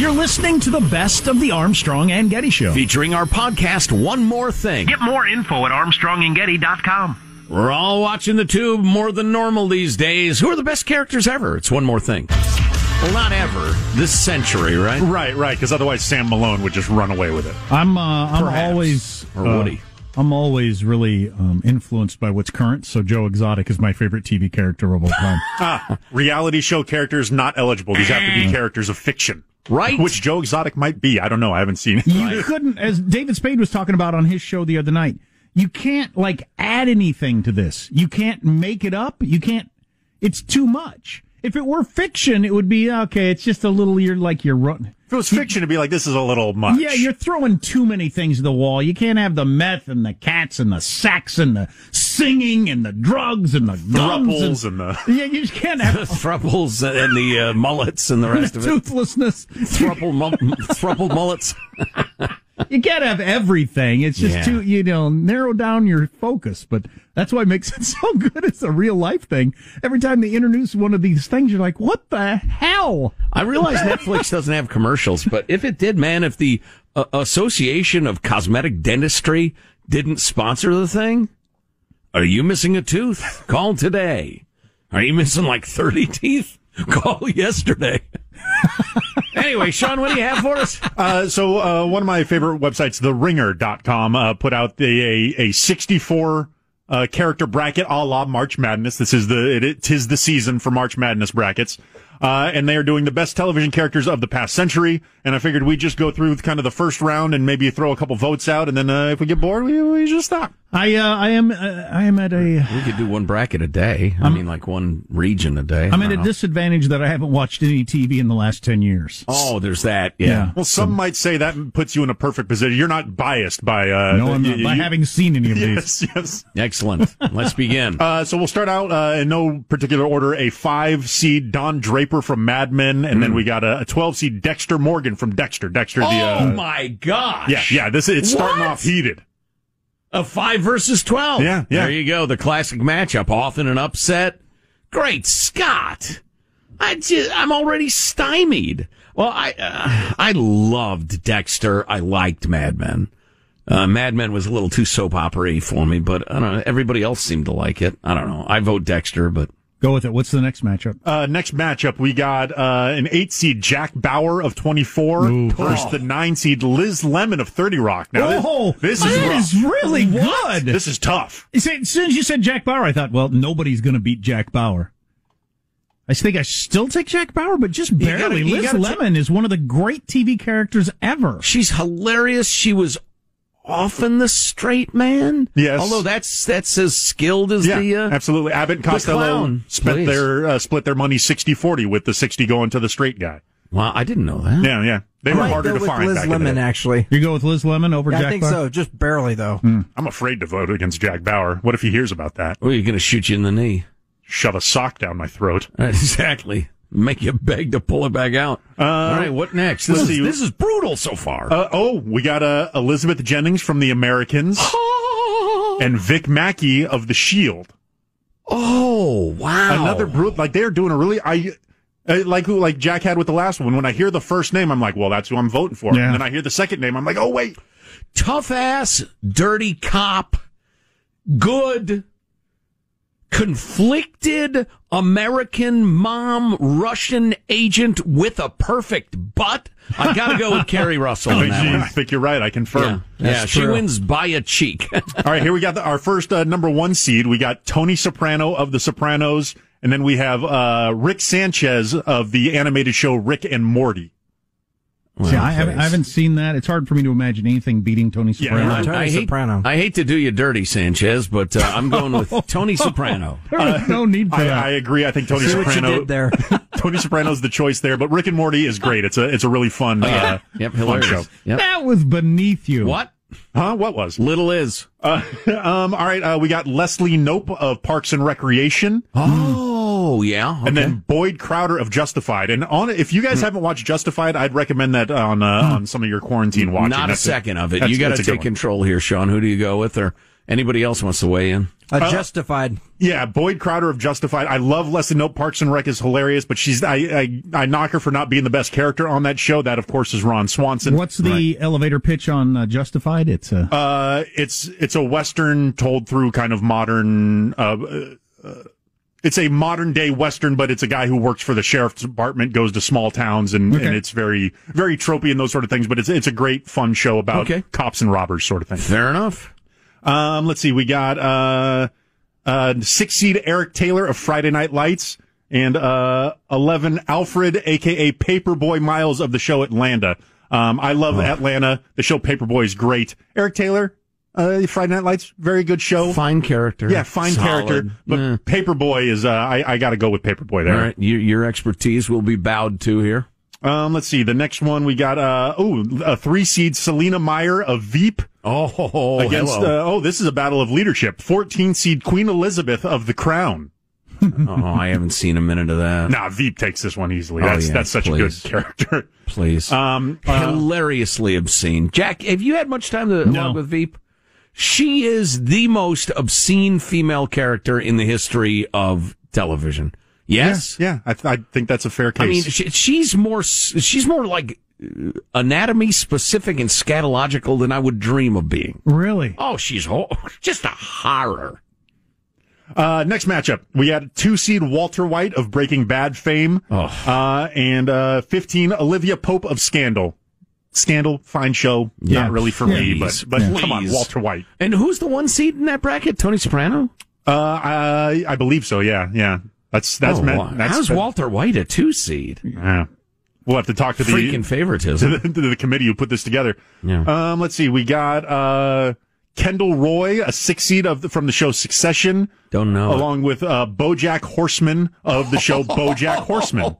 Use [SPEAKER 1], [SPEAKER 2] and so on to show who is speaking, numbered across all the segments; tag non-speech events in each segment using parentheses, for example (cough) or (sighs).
[SPEAKER 1] You're listening to the best of the Armstrong and Getty Show.
[SPEAKER 2] Featuring our podcast, One More Thing.
[SPEAKER 3] Get more info at armstrongandgetty.com.
[SPEAKER 2] We're all watching the tube more than normal these days. Who are the best characters ever? It's One More Thing. Well, not ever. This century, right?
[SPEAKER 4] Right, right. Because otherwise, Sam Malone would just run away with it.
[SPEAKER 5] I'm uh, I'm
[SPEAKER 2] Perhaps.
[SPEAKER 5] always
[SPEAKER 2] Or
[SPEAKER 5] uh,
[SPEAKER 2] Woody.
[SPEAKER 5] I'm always really um, influenced by what's current. So Joe Exotic is my favorite TV character of all
[SPEAKER 2] (laughs)
[SPEAKER 5] time.
[SPEAKER 4] Ah, reality show characters not eligible. These have to
[SPEAKER 5] Mm.
[SPEAKER 4] be characters of fiction.
[SPEAKER 2] Right.
[SPEAKER 4] Which Joe Exotic might be. I don't know. I haven't seen it.
[SPEAKER 5] you couldn't, as David Spade was talking about on his show the other night. You can't like add anything to this. You can't make it up. You can't. It's too much. If it were fiction, it would be okay. It's just a little. You're like you're run.
[SPEAKER 4] If it was fiction, it'd be like, this is a little much.
[SPEAKER 5] Yeah, you're throwing too many things at the wall. You can't have the meth and the cats and the sax and the singing and the drugs and the guns
[SPEAKER 4] Thruples and the-
[SPEAKER 5] (laughs) yeah, you just can't have
[SPEAKER 2] The
[SPEAKER 4] (laughs)
[SPEAKER 2] thruples and the uh, mullets and the rest
[SPEAKER 5] (laughs)
[SPEAKER 2] of it.
[SPEAKER 5] toothlessness.
[SPEAKER 2] Thruple, mul- thruple mullets.
[SPEAKER 5] You can't have everything. It's just
[SPEAKER 2] Yeah.
[SPEAKER 5] too you know narrow down your focus. But that's why it makes (laughs) it so good. It's a real life thing. Every time they introduce one of these things, you're like, what the hell?
[SPEAKER 2] I realize Netflix doesn't have commercials, but if it did, man, if the uh, Association of Cosmetic Dentistry didn't sponsor the thing, are you missing a tooth? Call today. Are you missing like 30 teeth? (laughs) Call yesterday. (laughs) anyway, Sean, what do you have for us?
[SPEAKER 4] Uh, so uh, one of my favorite websites, TheRinger.com, uh, put out the a, a 64 uh, character bracket a la March Madness. This is the it, it is the season for March Madness brackets, uh, and they are doing the best television characters of the past century. And I figured we'd just go through with kind of the first round and maybe throw a couple votes out, and then uh, if we get bored, we, we just stop.
[SPEAKER 5] I uh, I am uh, I am at a
[SPEAKER 2] We could do one bracket a day. I mean, like one region a day.
[SPEAKER 5] I'm
[SPEAKER 2] I
[SPEAKER 5] at a
[SPEAKER 2] don't know.
[SPEAKER 5] disadvantage that I haven't watched any TV in the last ten years.
[SPEAKER 2] Oh, there's that. Yeah.
[SPEAKER 4] Well, some might say that puts you in a perfect position. You're not biased by uh,
[SPEAKER 5] No, I'm
[SPEAKER 4] you-
[SPEAKER 5] not, by
[SPEAKER 4] you-
[SPEAKER 5] having seen any of these.
[SPEAKER 4] (laughs) Yes, yes.
[SPEAKER 2] Excellent. Let's begin.
[SPEAKER 4] (laughs) Uh, so we'll start out uh, in no particular order. A five seed Don Draper from Mad Men, and
[SPEAKER 2] Hmm.
[SPEAKER 4] then we got a, a twelve seed Dexter Morgan from Dexter. Dexter, the
[SPEAKER 2] oh,
[SPEAKER 4] uh,
[SPEAKER 2] my gosh.
[SPEAKER 4] yeah, yeah. This is it's starting
[SPEAKER 2] What?
[SPEAKER 4] off heated.
[SPEAKER 2] A five versus twelve.
[SPEAKER 4] Yeah, yeah.
[SPEAKER 2] There you go. The classic matchup, often an upset. Great Scott! I just, I'm already stymied. Well, I uh, I loved Dexter. I liked Mad Men. Uh, Mad Men was a little too soap opery for me, but I don't know. Everybody else seemed to like it. I don't know. I vote Dexter, but
[SPEAKER 5] Go with it. What's the next matchup?
[SPEAKER 4] Uh, next matchup, we got uh, an eight seed Jack Bauer of 24 versus the nine seed Liz Lemon of 30 Rock. Now,
[SPEAKER 5] oh,
[SPEAKER 4] this, this is
[SPEAKER 5] that
[SPEAKER 4] rough.
[SPEAKER 5] is really good.
[SPEAKER 4] This is tough.
[SPEAKER 5] You said- as soon as you said Jack Bauer, I thought, well, nobody's going to beat Jack Bauer. I think I still take Jack Bauer, but just
[SPEAKER 2] gotta-
[SPEAKER 5] barely.
[SPEAKER 2] you
[SPEAKER 5] Liz
[SPEAKER 2] gotta ta-
[SPEAKER 5] Lemon is one of the great TV characters ever.
[SPEAKER 2] She's hilarious. She was often the straight man.
[SPEAKER 4] Yes.
[SPEAKER 2] Although that's that's as skilled as
[SPEAKER 4] Yeah,
[SPEAKER 2] the. Uh,
[SPEAKER 4] absolutely. Abbott and Costello
[SPEAKER 2] clown,
[SPEAKER 4] split
[SPEAKER 2] please.
[SPEAKER 4] their uh, split their money 60-40 with the 60 going to the straight guy.
[SPEAKER 2] wow, I didn't know that.
[SPEAKER 4] Yeah, yeah. They were
[SPEAKER 6] might
[SPEAKER 4] harder
[SPEAKER 6] go
[SPEAKER 4] to
[SPEAKER 6] with
[SPEAKER 4] find
[SPEAKER 6] Liz
[SPEAKER 4] back in the
[SPEAKER 6] Lemon,
[SPEAKER 4] day.
[SPEAKER 6] actually.
[SPEAKER 5] You go with Liz Lemon over
[SPEAKER 6] Yeah,
[SPEAKER 5] Jack
[SPEAKER 6] I think
[SPEAKER 5] Bauer?
[SPEAKER 6] so. Just barely though.
[SPEAKER 4] I'm afraid to vote against Jack Bauer. What if he hears about that?
[SPEAKER 2] Well, you're going to shoot you in the knee.
[SPEAKER 4] Shove a sock down my throat.
[SPEAKER 2] (laughs) Exactly. Make you beg to pull it back out. All right, what next? This
[SPEAKER 4] let's
[SPEAKER 2] is,
[SPEAKER 4] see.
[SPEAKER 2] this is brutal so far.
[SPEAKER 4] Uh, oh, we got uh, Elizabeth Jennings from The Americans and Vic Mackey of The Shield.
[SPEAKER 2] oh, wow.
[SPEAKER 4] Another brute. Like they're doing a really I. uh, Like who, like Jack had with the last one. When I hear the first name, I'm like, "Well, that's who I'm voting for."
[SPEAKER 5] Yeah.
[SPEAKER 4] And then I hear the second name, I'm like, "Oh wait,
[SPEAKER 2] tough ass, dirty cop, good, conflicted American mom, Russian agent with a perfect butt. I gotta go with Carrie Russell.
[SPEAKER 4] I
[SPEAKER 2] on that
[SPEAKER 4] think, you
[SPEAKER 2] one.
[SPEAKER 4] think you're right. I
[SPEAKER 2] Yeah,
[SPEAKER 4] confirm."
[SPEAKER 2] yeah
[SPEAKER 6] That's
[SPEAKER 2] she
[SPEAKER 6] true.
[SPEAKER 2] wins by a cheek. (laughs)
[SPEAKER 4] All right, here we got the, our first uh, number one seed. We got Tony Soprano of The Sopranos, and then we have uh, Rick Sanchez of the animated show Rick and Morty.
[SPEAKER 5] See, I, haven't, I haven't seen that. It's hard for me to imagine anything beating Tony
[SPEAKER 4] Yeah,
[SPEAKER 5] Soprano.
[SPEAKER 2] I,
[SPEAKER 6] Tony
[SPEAKER 2] I hate,
[SPEAKER 6] Soprano.
[SPEAKER 2] I hate to do you dirty, Sanchez, but uh, I'm going
[SPEAKER 4] (laughs)
[SPEAKER 2] with
[SPEAKER 4] Oh,
[SPEAKER 2] Tony Soprano.
[SPEAKER 5] There is no need for
[SPEAKER 4] I,
[SPEAKER 5] that.
[SPEAKER 4] I agree. I think Tony
[SPEAKER 6] See what you
[SPEAKER 4] Soprano
[SPEAKER 6] did there.
[SPEAKER 4] (laughs) Tony Soprano's the choice there, but Rick and Morty is great. It's a it's a really fun uh,
[SPEAKER 2] Oh, Yep,
[SPEAKER 4] fun show.
[SPEAKER 2] hilarious. Yep.
[SPEAKER 5] That was beneath you.
[SPEAKER 2] What?
[SPEAKER 4] Huh? What was?
[SPEAKER 2] Little is.
[SPEAKER 4] Uh, (laughs) um, all right, uh, we got Leslie Nope of Parks and Recreation,
[SPEAKER 2] Oh, yeah.
[SPEAKER 4] Mm. and
[SPEAKER 2] okay. Hmm.
[SPEAKER 4] then Boyd Crowder of Justified. And on, if you guys haven't watched Justified, I'd recommend that on uh, on some of your quarantine watching.
[SPEAKER 2] Not a
[SPEAKER 4] That's
[SPEAKER 2] second of it.
[SPEAKER 4] That's-
[SPEAKER 2] You got
[SPEAKER 4] that's
[SPEAKER 2] to
[SPEAKER 4] a
[SPEAKER 2] take
[SPEAKER 4] good one.
[SPEAKER 2] control here, Sean. Who do you go with, or anybody else wants to weigh in?
[SPEAKER 6] A justified.
[SPEAKER 4] Yeah, Boyd Crowder of Justified. I love Leslie Nope. Parks and Rec is hilarious, but she's I, I I knock her for not being the best character on that show. That of course is Ron Swanson.
[SPEAKER 5] What's the elevator pitch on uh, Justified? It's uh,
[SPEAKER 4] Uh, it's it's a western told through kind of modern. Uh, uh, it's a modern day western, but it's a guy who works for the sheriff's department, goes to small towns, and,
[SPEAKER 5] Okay.
[SPEAKER 4] and it's very very tropey and those sort of things. But it's it's a great fun show about
[SPEAKER 2] Okay.
[SPEAKER 4] cops and robbers sort of thing.
[SPEAKER 2] Fair enough.
[SPEAKER 4] Um, let's see, we got uh, uh, six seed Eric Taylor of Friday Night Lights. And uh, eleven Alfred, aka Paperboy Miles of the show Atlanta. Um, I love Atlanta. The show Paperboy is great. Eric Taylor, uh, Friday Night Lights, very good show.
[SPEAKER 2] Fine character.
[SPEAKER 4] Oh. Yeah, fine
[SPEAKER 2] Solid.
[SPEAKER 4] character. But
[SPEAKER 2] Yeah.
[SPEAKER 4] Paperboy is. Uh, I, I got to go with Paperboy
[SPEAKER 2] all
[SPEAKER 4] there.
[SPEAKER 2] right, your, your expertise will be bowed to here.
[SPEAKER 4] Um, let's see. The next one we got. Uh, oh, a three seed Selena Meyer of Veep
[SPEAKER 2] Oh,
[SPEAKER 4] against. Uh, oh, this is a battle of leadership. Fourteen seed Queen Elizabeth of The Crown.
[SPEAKER 2] (laughs) oh, I haven't seen a minute of that.
[SPEAKER 4] Nah, Veep takes this one easily.
[SPEAKER 2] Oh,
[SPEAKER 4] That's
[SPEAKER 2] yeah,
[SPEAKER 4] that's such
[SPEAKER 2] please.
[SPEAKER 4] a good character. (laughs)
[SPEAKER 2] Please.
[SPEAKER 4] Um, uh,
[SPEAKER 2] Hilariously obscene. Jack, have you had much time to log with Veep? She is the most obscene female character in the history of television. Yes.
[SPEAKER 4] yeah, I, th- I think that's a fair case.
[SPEAKER 2] I mean, she, she's more s- she's more like uh, anatomy specific and scatological than I would dream of being.
[SPEAKER 5] really
[SPEAKER 2] Oh, she's ho- (laughs) just a horror.
[SPEAKER 4] uh, next matchup, we had two seed Walter White of Breaking Bad fame, uh, and uh, fifteen Olivia Pope of Scandal. Scandal, fine show,
[SPEAKER 2] Yeah,
[SPEAKER 4] not really for me,
[SPEAKER 2] please,
[SPEAKER 4] but but
[SPEAKER 2] yeah.
[SPEAKER 4] come on,
[SPEAKER 2] please.
[SPEAKER 4] Walter White.
[SPEAKER 2] And who's the one seed in that bracket? Tony Soprano.
[SPEAKER 4] Uh, I I believe so. Yeah, yeah. That's that's
[SPEAKER 2] oh,
[SPEAKER 4] meant.
[SPEAKER 2] wow.
[SPEAKER 4] that's
[SPEAKER 2] how's
[SPEAKER 4] that-
[SPEAKER 2] Walter White a two seed?
[SPEAKER 4] yeah. We'll have to talk to the
[SPEAKER 2] Freaking
[SPEAKER 4] to
[SPEAKER 2] favoritism.
[SPEAKER 4] the, (laughs) to the committee who put this together.
[SPEAKER 2] Yeah.
[SPEAKER 4] Um, let's see. We got uh, Kendall Roy, a six seed of the, from the show Succession,
[SPEAKER 2] Don't know.
[SPEAKER 4] along with uh, BoJack Horseman of the show BoJack Horseman.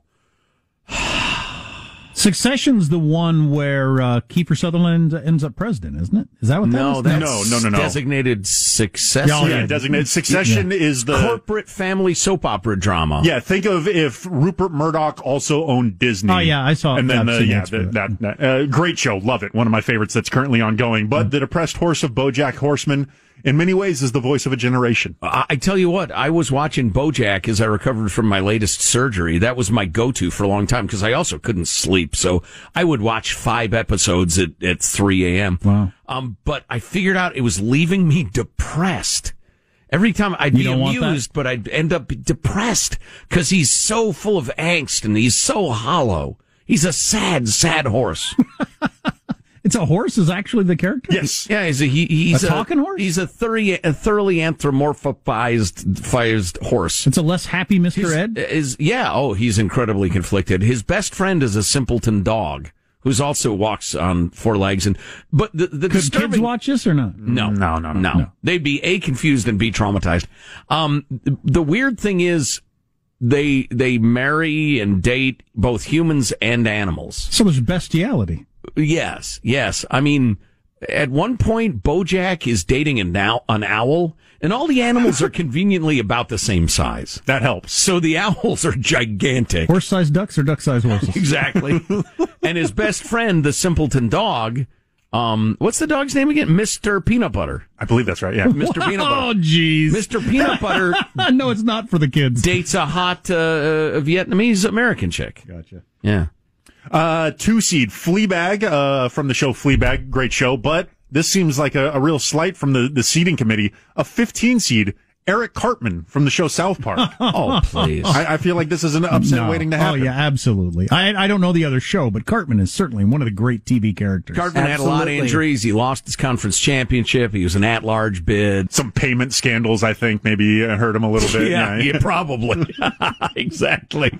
[SPEAKER 5] Succession's the one where uh, Kiefer Sutherland ends up president, isn't it? Is that what that
[SPEAKER 2] no,
[SPEAKER 5] is?
[SPEAKER 2] that's
[SPEAKER 4] No, no, no, no.
[SPEAKER 2] designated successor.
[SPEAKER 5] Oh,
[SPEAKER 4] yeah,
[SPEAKER 5] yeah.
[SPEAKER 4] designated Succession is the
[SPEAKER 2] Corporate family soap opera drama.
[SPEAKER 4] yeah. Think of if Rupert Murdoch also owned Disney.
[SPEAKER 5] Oh, yeah, I saw-
[SPEAKER 4] And
[SPEAKER 5] I've
[SPEAKER 4] then the,
[SPEAKER 5] seen
[SPEAKER 4] yeah,
[SPEAKER 5] ads for
[SPEAKER 4] the,
[SPEAKER 5] that.
[SPEAKER 4] that, that uh, great show, love it. One of my favorites that's currently ongoing. But the depressed horse of BoJack Horseman, in many ways, is the voice of a generation.
[SPEAKER 2] I I tell you what, I was watching BoJack as I recovered from my latest surgery. That was my go-to for a long time because I also couldn't sleep, so I would watch five episodes at, at 3 a.m.
[SPEAKER 5] Wow.
[SPEAKER 2] Um, but I figured out it was leaving me depressed, Every time I'd
[SPEAKER 5] You
[SPEAKER 2] be
[SPEAKER 5] don't want that?
[SPEAKER 2] amused, but I'd end up depressed because he's so full of angst and he's so hollow. He's a sad, sad horse.
[SPEAKER 5] It's a horse is actually the character.
[SPEAKER 4] Yes.
[SPEAKER 2] Yeah, he's a he, he's
[SPEAKER 5] A talking horse?
[SPEAKER 2] He's a thoroughly, a thoroughly anthropomorphized fizzed horse.
[SPEAKER 5] It's a less happy Mr.
[SPEAKER 2] He's-
[SPEAKER 4] uh,
[SPEAKER 5] Ed.
[SPEAKER 2] is yeah. Oh, he's incredibly conflicted. His best friend is a simpleton dog who's also walks on four legs. And but the the
[SPEAKER 5] Could
[SPEAKER 2] disturbing,
[SPEAKER 5] kids watch this or not?
[SPEAKER 2] No,
[SPEAKER 4] No, no, no,
[SPEAKER 2] no, They'd be a confused and b traumatized. Um, th- the weird thing is they they marry and date both humans and animals.
[SPEAKER 5] So there's bestiality.
[SPEAKER 2] Yes, yes. I mean, at one point, BoJack is dating an owl, an owl, and all the animals are conveniently about the same size.
[SPEAKER 4] That helps.
[SPEAKER 2] So the (laughs) owls are gigantic.
[SPEAKER 5] Horse-sized ducks or duck-sized
[SPEAKER 4] (laughs)
[SPEAKER 5] horses?
[SPEAKER 2] Exactly. and his best friend, the simpleton dog, um, what's the dog's name again? Mr. Peanut Butter.
[SPEAKER 4] I believe that's right.
[SPEAKER 2] (laughs)
[SPEAKER 4] Yeah.
[SPEAKER 2] Mr. Peanut
[SPEAKER 5] oh,
[SPEAKER 2] Butter.
[SPEAKER 5] jeez. (laughs)
[SPEAKER 2] Mr. Peanut Butter
[SPEAKER 5] no, it's not for the kids.
[SPEAKER 2] dates a hot uh, Vietnamese American chick.
[SPEAKER 5] Gotcha.
[SPEAKER 2] Yeah.
[SPEAKER 4] Uh, two seed Fleabag, uh, from the show Fleabag. Great show. But this seems like a, a real slight from the, the seeding committee. A 15 seed, Eric Cartman from the show South Park.
[SPEAKER 2] (laughs) Oh, please.
[SPEAKER 4] I, I feel like this is an upset
[SPEAKER 5] No.
[SPEAKER 4] waiting to
[SPEAKER 5] oh
[SPEAKER 4] happen.
[SPEAKER 5] yeah, absolutely. I I don't know the other show, but Cartman is certainly one of the great TV characters.
[SPEAKER 2] Cartman had a lot of
[SPEAKER 6] Absolutely.
[SPEAKER 2] injuries. He lost his conference championship. He was an at-large bid.
[SPEAKER 4] Some payment scandals, I think, maybe uh, hurt him a little
[SPEAKER 2] (laughs)
[SPEAKER 4] bit.
[SPEAKER 2] yeah, yeah, (laughs) probably. exactly.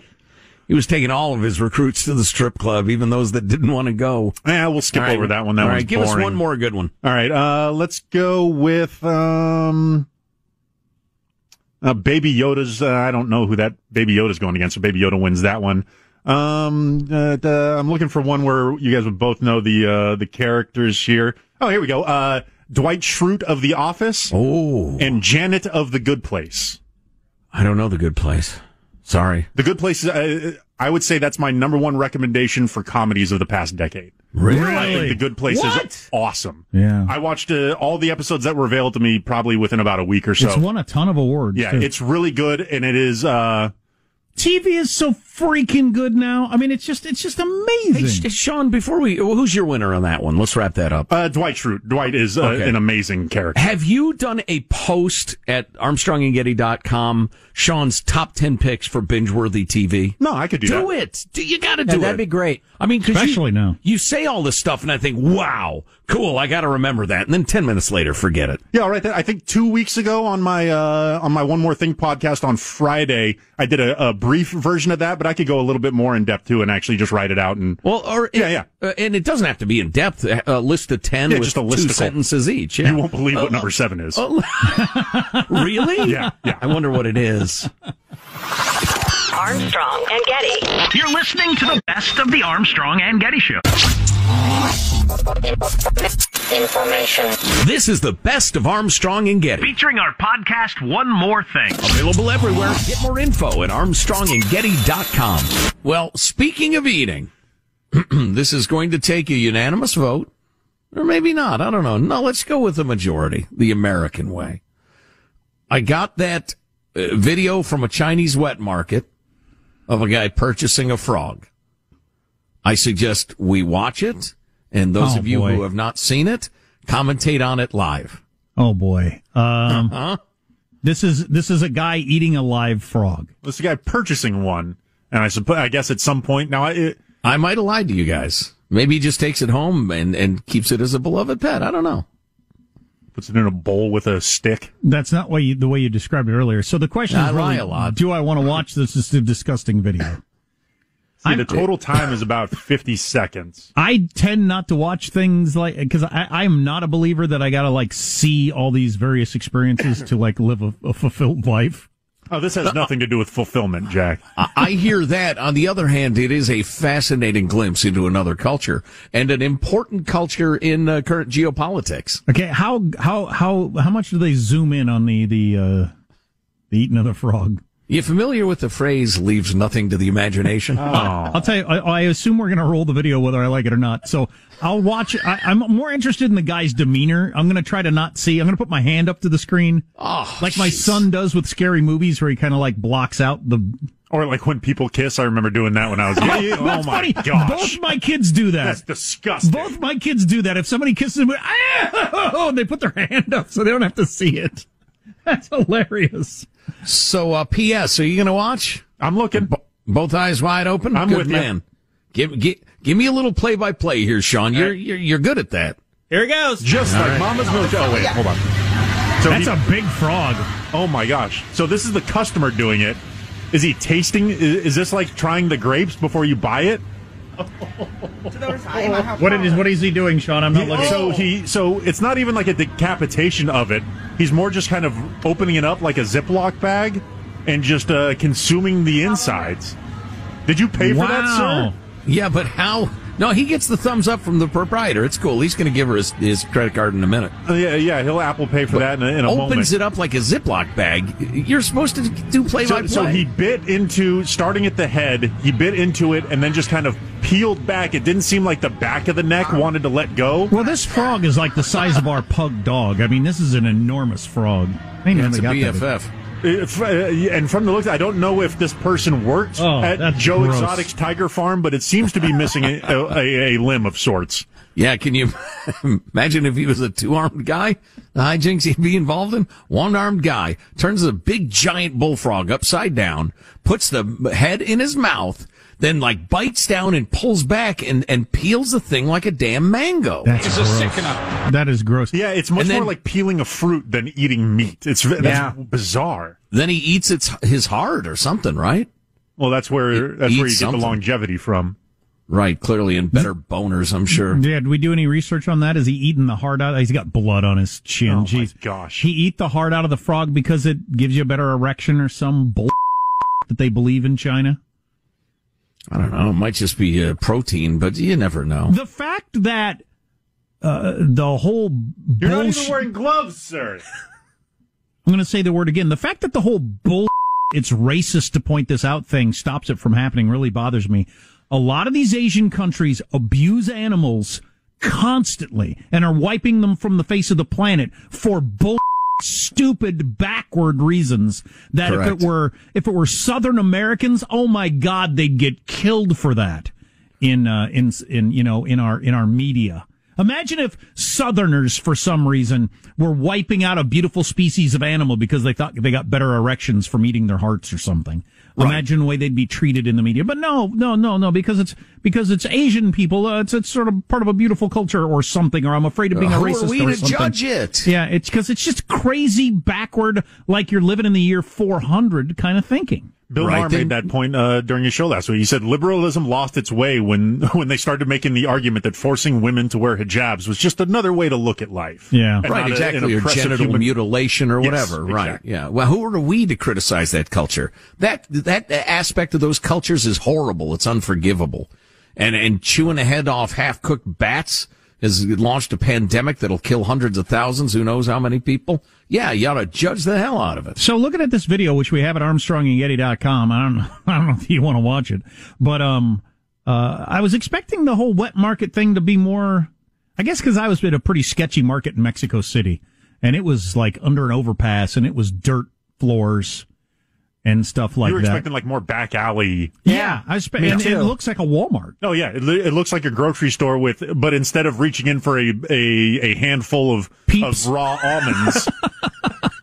[SPEAKER 2] He was taking all of his recruits to the strip club, even those that didn't want to go.
[SPEAKER 4] Yeah, we'll skip
[SPEAKER 2] All right.
[SPEAKER 4] over that one. That
[SPEAKER 2] All
[SPEAKER 4] one's
[SPEAKER 2] right, give us
[SPEAKER 4] boring.
[SPEAKER 2] one more good one.
[SPEAKER 4] All right, uh, let's go with um, uh, Baby Yoda's. Uh, I don't know who that Baby Yoda's going against, so Baby Yoda wins that one. Um, uh, uh, I'm looking for one where you guys would both know the uh, the characters here. Oh, here we go. Uh, Dwight Schrute of The Office
[SPEAKER 2] Oh,
[SPEAKER 4] and Janet of The Good Place.
[SPEAKER 2] I don't know the good place. Sorry,
[SPEAKER 4] The Good Place is. Uh, I would say that's my number one recommendation for comedies of the past decade. I think The Good Place is
[SPEAKER 2] What?
[SPEAKER 4] awesome.
[SPEAKER 5] Yeah.
[SPEAKER 4] I watched uh, all the episodes that were available to me probably within about a week or so.
[SPEAKER 5] It's won a ton of awards.
[SPEAKER 4] yeah,
[SPEAKER 5] too.
[SPEAKER 4] it's really good, and it is. uh
[SPEAKER 5] TV is so freaking good now. I mean, it's just it's just
[SPEAKER 2] Hey, Sh-
[SPEAKER 5] amazing.
[SPEAKER 2] Sean, before we, who's your winner on that one? Let's wrap that up.
[SPEAKER 4] uh Dwight Schrute. Dwight is uh,
[SPEAKER 2] Okay.
[SPEAKER 4] an amazing character.
[SPEAKER 2] Have you done a post at ArmstrongandGetty.com, Sean's top 10 picks for binge-worthy TV?
[SPEAKER 4] No, I could do,
[SPEAKER 2] Do
[SPEAKER 4] that.
[SPEAKER 2] it. Do, you got to
[SPEAKER 6] Yeah,
[SPEAKER 2] do
[SPEAKER 6] that'd
[SPEAKER 2] it.
[SPEAKER 6] be great.
[SPEAKER 2] I mean, 'cause you-
[SPEAKER 5] Especially now.
[SPEAKER 2] You say all this stuff, and I think, wow, cool, I got to remember that. And then 10 minutes later, forget it.
[SPEAKER 4] Yeah, all right. Then. I think two weeks ago on my uh on my One More Thing podcast on Friday, I did a, a brief version of that, but I could go a little bit more in depth too, and actually just write it out and
[SPEAKER 2] Well, or
[SPEAKER 4] Yeah, yeah.
[SPEAKER 2] uh, and it doesn't have to be in depth. A a list of ten
[SPEAKER 4] Yeah,
[SPEAKER 2] with
[SPEAKER 4] just a
[SPEAKER 2] two
[SPEAKER 4] listicle.
[SPEAKER 2] sentences each. Yeah. Uh,
[SPEAKER 4] you won't believe what number seven is. (laughs)
[SPEAKER 2] really?
[SPEAKER 4] Yeah, yeah.
[SPEAKER 2] I wonder what it is.
[SPEAKER 7] Armstrong and Getty.
[SPEAKER 3] You're listening to the best of the Armstrong and Getty Show.
[SPEAKER 7] Information.
[SPEAKER 2] This is the best of Armstrong and Getty.
[SPEAKER 3] Featuring our podcast, One More Thing.
[SPEAKER 2] Available everywhere. Get more info at armstrongandgetty.com. Well, speaking of eating, (clears throat) this is going to take a unanimous vote, or maybe not. I don't know. No, let's go with the majority, the American way. I got that uh, video from a Chinese wet market of a guy purchasing a frog. I suggest we watch it, and those
[SPEAKER 5] Oh,
[SPEAKER 2] of you
[SPEAKER 5] boy.
[SPEAKER 2] who have not seen it, commentate on it live.
[SPEAKER 5] oh boy, um,
[SPEAKER 2] Uh-huh.
[SPEAKER 5] this is this is a guy eating a live frog.
[SPEAKER 4] This guy purchasing one, and I suppose I guess at some point now I. It,
[SPEAKER 2] I might have lied to you guys. Maybe he just takes it home and, and keeps it as a beloved pet. I don't know.
[SPEAKER 4] puts it in a bowl with a stick.
[SPEAKER 5] That's not way you, the way you described it earlier. So the question
[SPEAKER 2] I
[SPEAKER 5] is
[SPEAKER 2] lie
[SPEAKER 5] really,
[SPEAKER 2] a lot.
[SPEAKER 5] do I want to watch this? This is a disgusting video.
[SPEAKER 4] See, the total time is about 50 seconds.
[SPEAKER 5] I tend not to watch things like because I am not a believer that I gotta like see all these various experiences to like live a, a fulfilled life.
[SPEAKER 4] Oh, this has nothing to do with fulfillment, Jack.
[SPEAKER 2] I, I hear that. On the other hand, it is a fascinating glimpse into another culture and an important culture in uh, current geopolitics.
[SPEAKER 5] Okay, how how how how much do they zoom in on the the uh, the eating of the frog?
[SPEAKER 2] You familiar with the phrase leaves nothing to the imagination?
[SPEAKER 4] Oh.
[SPEAKER 5] I'll tell you. I, I assume we're gonna roll the video whether I like it or not. So I'll watch. it. I, I'm more interested in the guy's demeanor. I'm gonna try to not see. I'm gonna put my hand up to the screen,
[SPEAKER 2] Oh,
[SPEAKER 5] like my
[SPEAKER 2] jeez.
[SPEAKER 5] son does with scary movies, where he kind of like blocks out the.
[SPEAKER 4] Or like when people kiss. I remember doing that when I was young. oh my
[SPEAKER 5] That's funny.
[SPEAKER 4] gosh.
[SPEAKER 5] Both my kids do that.
[SPEAKER 4] That's disgusting.
[SPEAKER 5] Both my (laughs) kids do that. If somebody kisses them, ah! and they put their hand up so they don't have to see it. (laughs) That's hilarious.
[SPEAKER 2] So, uh, P.S. Are you going to watch?
[SPEAKER 4] I'm looking. B-
[SPEAKER 2] both eyes wide open.
[SPEAKER 4] I'm
[SPEAKER 2] good
[SPEAKER 4] with you.
[SPEAKER 2] man. Give, give give me a little play by play here,
[SPEAKER 4] Uh,
[SPEAKER 2] Sean. You're, you're you're good at that.
[SPEAKER 8] Here it goes.
[SPEAKER 4] Just like Mama's milk. Oh wait, hold on. So
[SPEAKER 5] That's
[SPEAKER 4] he-
[SPEAKER 5] a big frog.
[SPEAKER 4] Oh my gosh! So this is the customer doing it. Is he tasting? Is, is this like trying the grapes before you buy it?
[SPEAKER 5] What is what is he doing, Sean? I'm not looking.
[SPEAKER 4] So he, so it's not even like a decapitation of it. He's more just kind of opening it up like a Ziploc bag and just uh, consuming the insides. Did you pay for that,
[SPEAKER 5] Wow.
[SPEAKER 4] sir?
[SPEAKER 2] Yeah, but how? No, he gets the thumbs up from the proprietor. It's cool. He's going to give her his, his credit card in a minute.
[SPEAKER 4] Uh, yeah, yeah. He'll Apple Pay for that in a, in a
[SPEAKER 2] Opens
[SPEAKER 4] moment.
[SPEAKER 2] it up like a Ziploc bag. You're supposed to do play by
[SPEAKER 4] So,
[SPEAKER 2] play.
[SPEAKER 4] so he bit into, starting at the head, he bit into it and then just kind of peeled back. It didn't seem like the back of the neck wanted to let go.
[SPEAKER 5] well, this frog is like the size of our pug dog. I mean, this is an enormous frog. I
[SPEAKER 2] It's a
[SPEAKER 5] really got that big.
[SPEAKER 2] BFF.
[SPEAKER 4] If, uh, and from the looks, I don't know if this person worked
[SPEAKER 5] Oh,
[SPEAKER 4] at
[SPEAKER 5] that's
[SPEAKER 4] Joe
[SPEAKER 5] gross.
[SPEAKER 4] Exotic's Tiger Farm, but it seems to be missing a, a, a limb of sorts.
[SPEAKER 2] Yeah, can you (laughs) imagine if he was a two armed guy? The hijinks he'd be involved in? One armed guy turns the big giant bullfrog upside down, puts the head in his mouth, then like bites down and pulls back and, and peels the thing like a damn mango.
[SPEAKER 5] That's gross. That is gross.
[SPEAKER 4] Yeah, it's much
[SPEAKER 2] And then-
[SPEAKER 4] more like peeling a fruit than eating meat. It's that's
[SPEAKER 6] Yeah.
[SPEAKER 4] bizarre.
[SPEAKER 2] Then he eats its his heart or something, right?
[SPEAKER 4] Well, that's where
[SPEAKER 2] It
[SPEAKER 4] that's where you
[SPEAKER 2] eats
[SPEAKER 4] get
[SPEAKER 2] something.
[SPEAKER 4] the longevity from.
[SPEAKER 2] Right, clearly, and better boners, I'm sure.
[SPEAKER 5] Yeah, did we do any research on that? Is he eating the heart out? He's got blood on his chin.
[SPEAKER 4] Oh, my
[SPEAKER 5] Jeez.
[SPEAKER 4] gosh.
[SPEAKER 5] He eat the heart out of the frog because it gives you a better erection or some bull that they believe in China.
[SPEAKER 2] I don't know. It might just be uh, protein, but you never know.
[SPEAKER 5] The fact that uh, the whole
[SPEAKER 4] You're not even
[SPEAKER 5] bullshit.
[SPEAKER 4] wearing gloves, sir.
[SPEAKER 5] I'm going to say the word again. The fact that the whole bull it's racist to point this out thing stops it from happening really bothers me. A lot of these Asian countries abuse animals constantly and are wiping them from the face of the planet for bull stupid backward reasons that
[SPEAKER 2] Correct.
[SPEAKER 5] if it were if it were southern americans oh my god they'd get killed for that in uh, in in you know in our in our media imagine if southerners for some reason were wiping out a beautiful species of animal because they thought they got better erections from eating their hearts or something imagine the way they'd be treated in the media but no no no no because it's because it's asian people uh, it's it's sort of part of a beautiful culture or something or i'm afraid of being a
[SPEAKER 2] Who
[SPEAKER 5] racist
[SPEAKER 2] are we
[SPEAKER 5] or
[SPEAKER 2] to
[SPEAKER 5] something.
[SPEAKER 2] judge it?
[SPEAKER 5] Yeah, it's because it's just crazy backward, like you're living in the year 400 kind of thinking.
[SPEAKER 4] Bill
[SPEAKER 2] Right,
[SPEAKER 4] Maher
[SPEAKER 2] then-
[SPEAKER 4] made that point uh, during his show last week. He said liberalism lost its way when (laughs) when they started making the argument that forcing women to wear hijabs was just another way to look at life.
[SPEAKER 5] Yeah.
[SPEAKER 4] And
[SPEAKER 2] Right,
[SPEAKER 4] not a- an
[SPEAKER 2] exactly. Or
[SPEAKER 4] oppressive
[SPEAKER 2] genital
[SPEAKER 4] human-
[SPEAKER 2] mutilation or
[SPEAKER 4] Yes,
[SPEAKER 2] whatever. Right.
[SPEAKER 4] exactly.
[SPEAKER 2] Yeah. Well, who are we to criticize that culture? That, that aspect of those cultures is horrible. It's unforgivable. And, and chewing a head off half cooked bats has launched a pandemic that'll kill hundreds of thousands. Who knows how many people? Yeah. You ought to judge the hell out of it.
[SPEAKER 5] So looking at this video, which we have at armstrongandgetty.com, I don't, I don't know (laughs) if you want to watch it, but, um, uh, I was expecting the whole wet market thing to be more, I guess because I was at a pretty sketchy market in Mexico City and it was like under an overpass and it was dirt floors and stuff like
[SPEAKER 4] you were
[SPEAKER 5] that.
[SPEAKER 4] expecting like more back alley.
[SPEAKER 5] yeah, I spe- and it
[SPEAKER 6] too.
[SPEAKER 5] looks like a Walmart.
[SPEAKER 4] No, yeah, it, lo- it looks like a grocery store with, but instead of reaching in for a a, a handful of
[SPEAKER 5] Peeps.
[SPEAKER 4] of raw
[SPEAKER 5] (laughs)
[SPEAKER 4] almonds,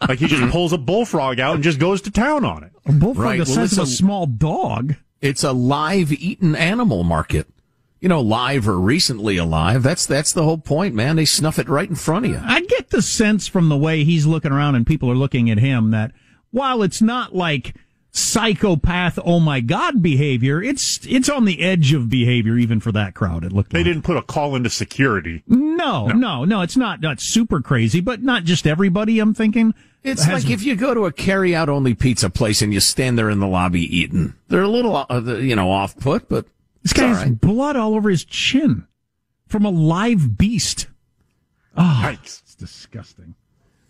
[SPEAKER 4] like he just pulls a bullfrog out and just goes to town on it.
[SPEAKER 5] A bullfrog
[SPEAKER 2] Right,
[SPEAKER 5] the
[SPEAKER 2] well,
[SPEAKER 5] size of a
[SPEAKER 2] it's a-
[SPEAKER 5] small dog.
[SPEAKER 2] It's a live eaten animal market. You know, live or recently alive. That's, that's the whole point, man. They snuff it right in front of you.
[SPEAKER 5] I get the sense from the way he's looking around and people are looking at him that while it's not like psychopath, oh my god behavior, it's it's on the edge of behavior even for that crowd. It looked
[SPEAKER 4] They
[SPEAKER 5] like.
[SPEAKER 4] didn't put a call
[SPEAKER 5] (sighs)
[SPEAKER 4] into security.
[SPEAKER 5] No, no, no, it's not not super crazy, but not just everybody. I'm thinking
[SPEAKER 2] It's
[SPEAKER 5] has-
[SPEAKER 2] like if you go to a carry-out only pizza place and you stand there in the lobby eating. They're a little, uh, you know, off put, but
[SPEAKER 5] this guy
[SPEAKER 2] it's
[SPEAKER 5] has
[SPEAKER 2] all right.
[SPEAKER 5] blood all over his chin from a live beast.
[SPEAKER 4] Yikes.
[SPEAKER 5] It's disgusting.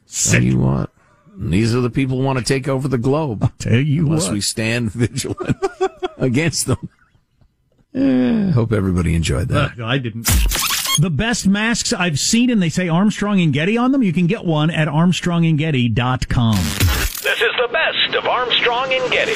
[SPEAKER 2] What do you want? And these are the people who want to take over the globe
[SPEAKER 5] Tell you
[SPEAKER 2] unless
[SPEAKER 5] Uh, what.
[SPEAKER 2] we stand (laughs) vigilant against them. Eh, hope everybody enjoyed that.
[SPEAKER 5] I didn't. The best masks I've seen, and they say Armstrong and Getty on them. You can get one at armstrongandgetty.com.
[SPEAKER 3] This is the best of Armstrong and Getty.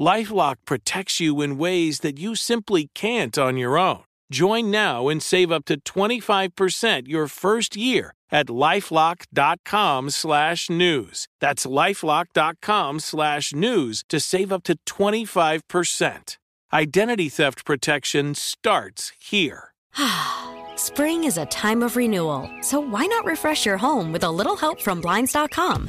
[SPEAKER 8] LifeLock protects you in ways that you simply can't on your own. Join now and save up to 25% your first year at lifelock.com slash news. That's lifelock.com slash news to save up to 25%. Identity theft protection starts here.
[SPEAKER 9] Spring is a time of renewal, so why not refresh your home with a little help from Blinds.com?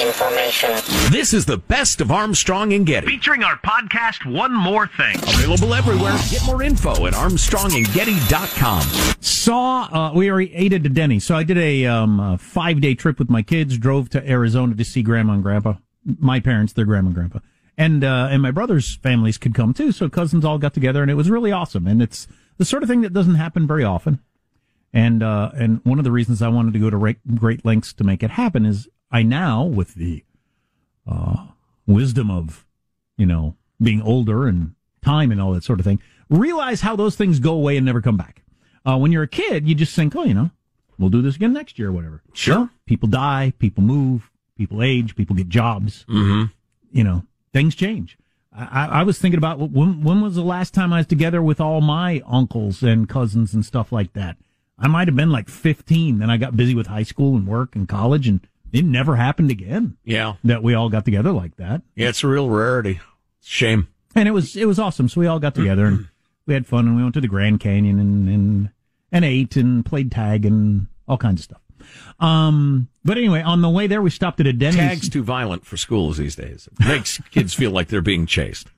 [SPEAKER 7] Information.
[SPEAKER 2] This is the best of Armstrong and Getty.
[SPEAKER 3] Featuring our podcast, One More Thing.
[SPEAKER 2] Available everywhere. Get more info at armstrongandgetty.com.
[SPEAKER 5] Saw uh, we already ate at a Denny, so I did a, um, a five day trip with my kids. Drove to Arizona to see Grandma and Grandpa, my parents, their Grandma and Grandpa, and uh, and my brother's families could come too. So cousins all got together, and it was really awesome. And it's the sort of thing that doesn't happen very often. And uh, and one of the reasons I wanted to go to re- great lengths to make it happen is I now, with the uh, wisdom of you know being older and time and all that sort of thing, realize how those things go away and never come back. Uh, when you're a kid, you just think, oh, you know, we'll do this again next year or whatever. Sure. people die, people move, people age, people get jobs.
[SPEAKER 2] Mhm.
[SPEAKER 5] You know, things change. I, I- I was thinking about when, when was the last time I was together with all my uncles and cousins and stuff like that. I might have been like 15. Then I got busy with high school and work and college, and it never happened again
[SPEAKER 2] Yeah.
[SPEAKER 5] that we all got together like that.
[SPEAKER 2] Yeah, it's a real rarity. Shame.
[SPEAKER 5] And it was it was awesome. So we all got together and we had fun, and we went to the Grand Canyon and and, and ate and played tag and all kinds of stuff. Um, but anyway, on the way there, we stopped at a Denny's.
[SPEAKER 2] Tag's too violent for schools these days. It makes kids feel like they're being chased.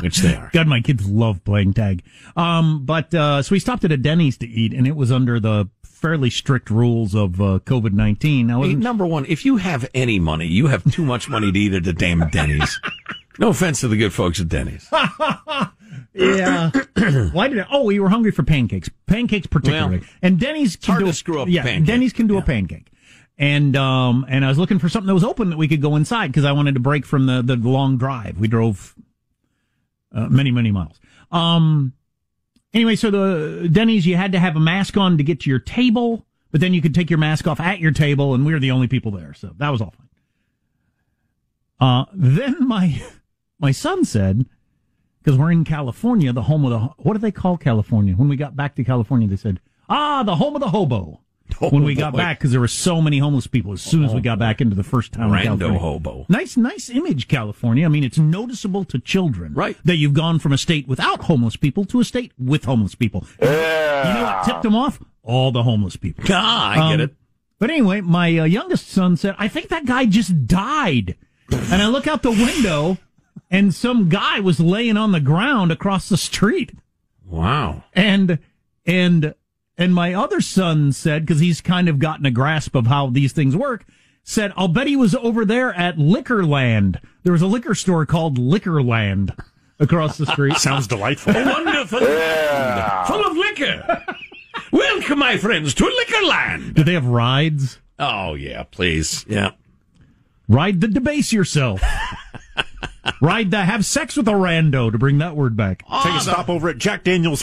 [SPEAKER 2] Which they are.
[SPEAKER 5] God, my kids love playing tag. Um, but uh, so we stopped at a Denny's to eat, and it was under the fairly strict rules of uh, COVID nineteen. I
[SPEAKER 2] Hey,
[SPEAKER 5] wasn't
[SPEAKER 2] number one, if you have any money, you have too much money to eat at a damn Denny's. No offense to the good folks at Denny's. (clears throat)
[SPEAKER 5] Yeah. Why did I? Oh, we were hungry for pancakes. Pancakes particularly.
[SPEAKER 2] Well,
[SPEAKER 5] and Denny's can
[SPEAKER 2] hard
[SPEAKER 5] do
[SPEAKER 2] to
[SPEAKER 5] a,
[SPEAKER 2] screw up a
[SPEAKER 5] yeah,
[SPEAKER 2] pancake.
[SPEAKER 5] Denny's can do a pancake. and um and I was looking for something that was open that we could go inside because I wanted to break from the the long drive. We drove uh, many many miles. Um anyway, so the Denny's you had to have a mask on to get to your table, but then you could take your mask off at your table and we were the only people there. So that was all fine. Uh then my (laughs) my son said because we're in California, the home of the what do they call California? When we got back to California, they said, "Ah, the home of the hobo."
[SPEAKER 2] Oh,
[SPEAKER 5] when we got
[SPEAKER 2] boy.
[SPEAKER 5] back, because there were so many homeless people as soon as we got back into the first town in
[SPEAKER 2] Rando
[SPEAKER 5] California.
[SPEAKER 2] hobo.
[SPEAKER 5] Nice, nice image, California. I mean, it's noticeable to children, right? That you've gone from a state without homeless people to a state with homeless people. You know what tipped them off? All the homeless people.
[SPEAKER 2] Ah, I get it.
[SPEAKER 5] But anyway, my uh, youngest son said, "I think that guy just died," and I look out the window, and some guy was laying on the ground across the street.
[SPEAKER 2] Wow.
[SPEAKER 5] And and and my other son said because he's kind of gotten a grasp of how these things work. Said, "I'll bet he was over there at Liquorland. There was a liquor store called Liquorland across the street.
[SPEAKER 4] Sounds delightful.
[SPEAKER 2] Wonderful. Full of liquor. Welcome, my friends, to Liquorland.
[SPEAKER 5] Do they have rides?
[SPEAKER 2] Oh, yeah, please. Yeah.
[SPEAKER 5] Ride the debase yourself. Ride the have sex with a rando to bring that word back.
[SPEAKER 4] Take a stop over at Jack Daniels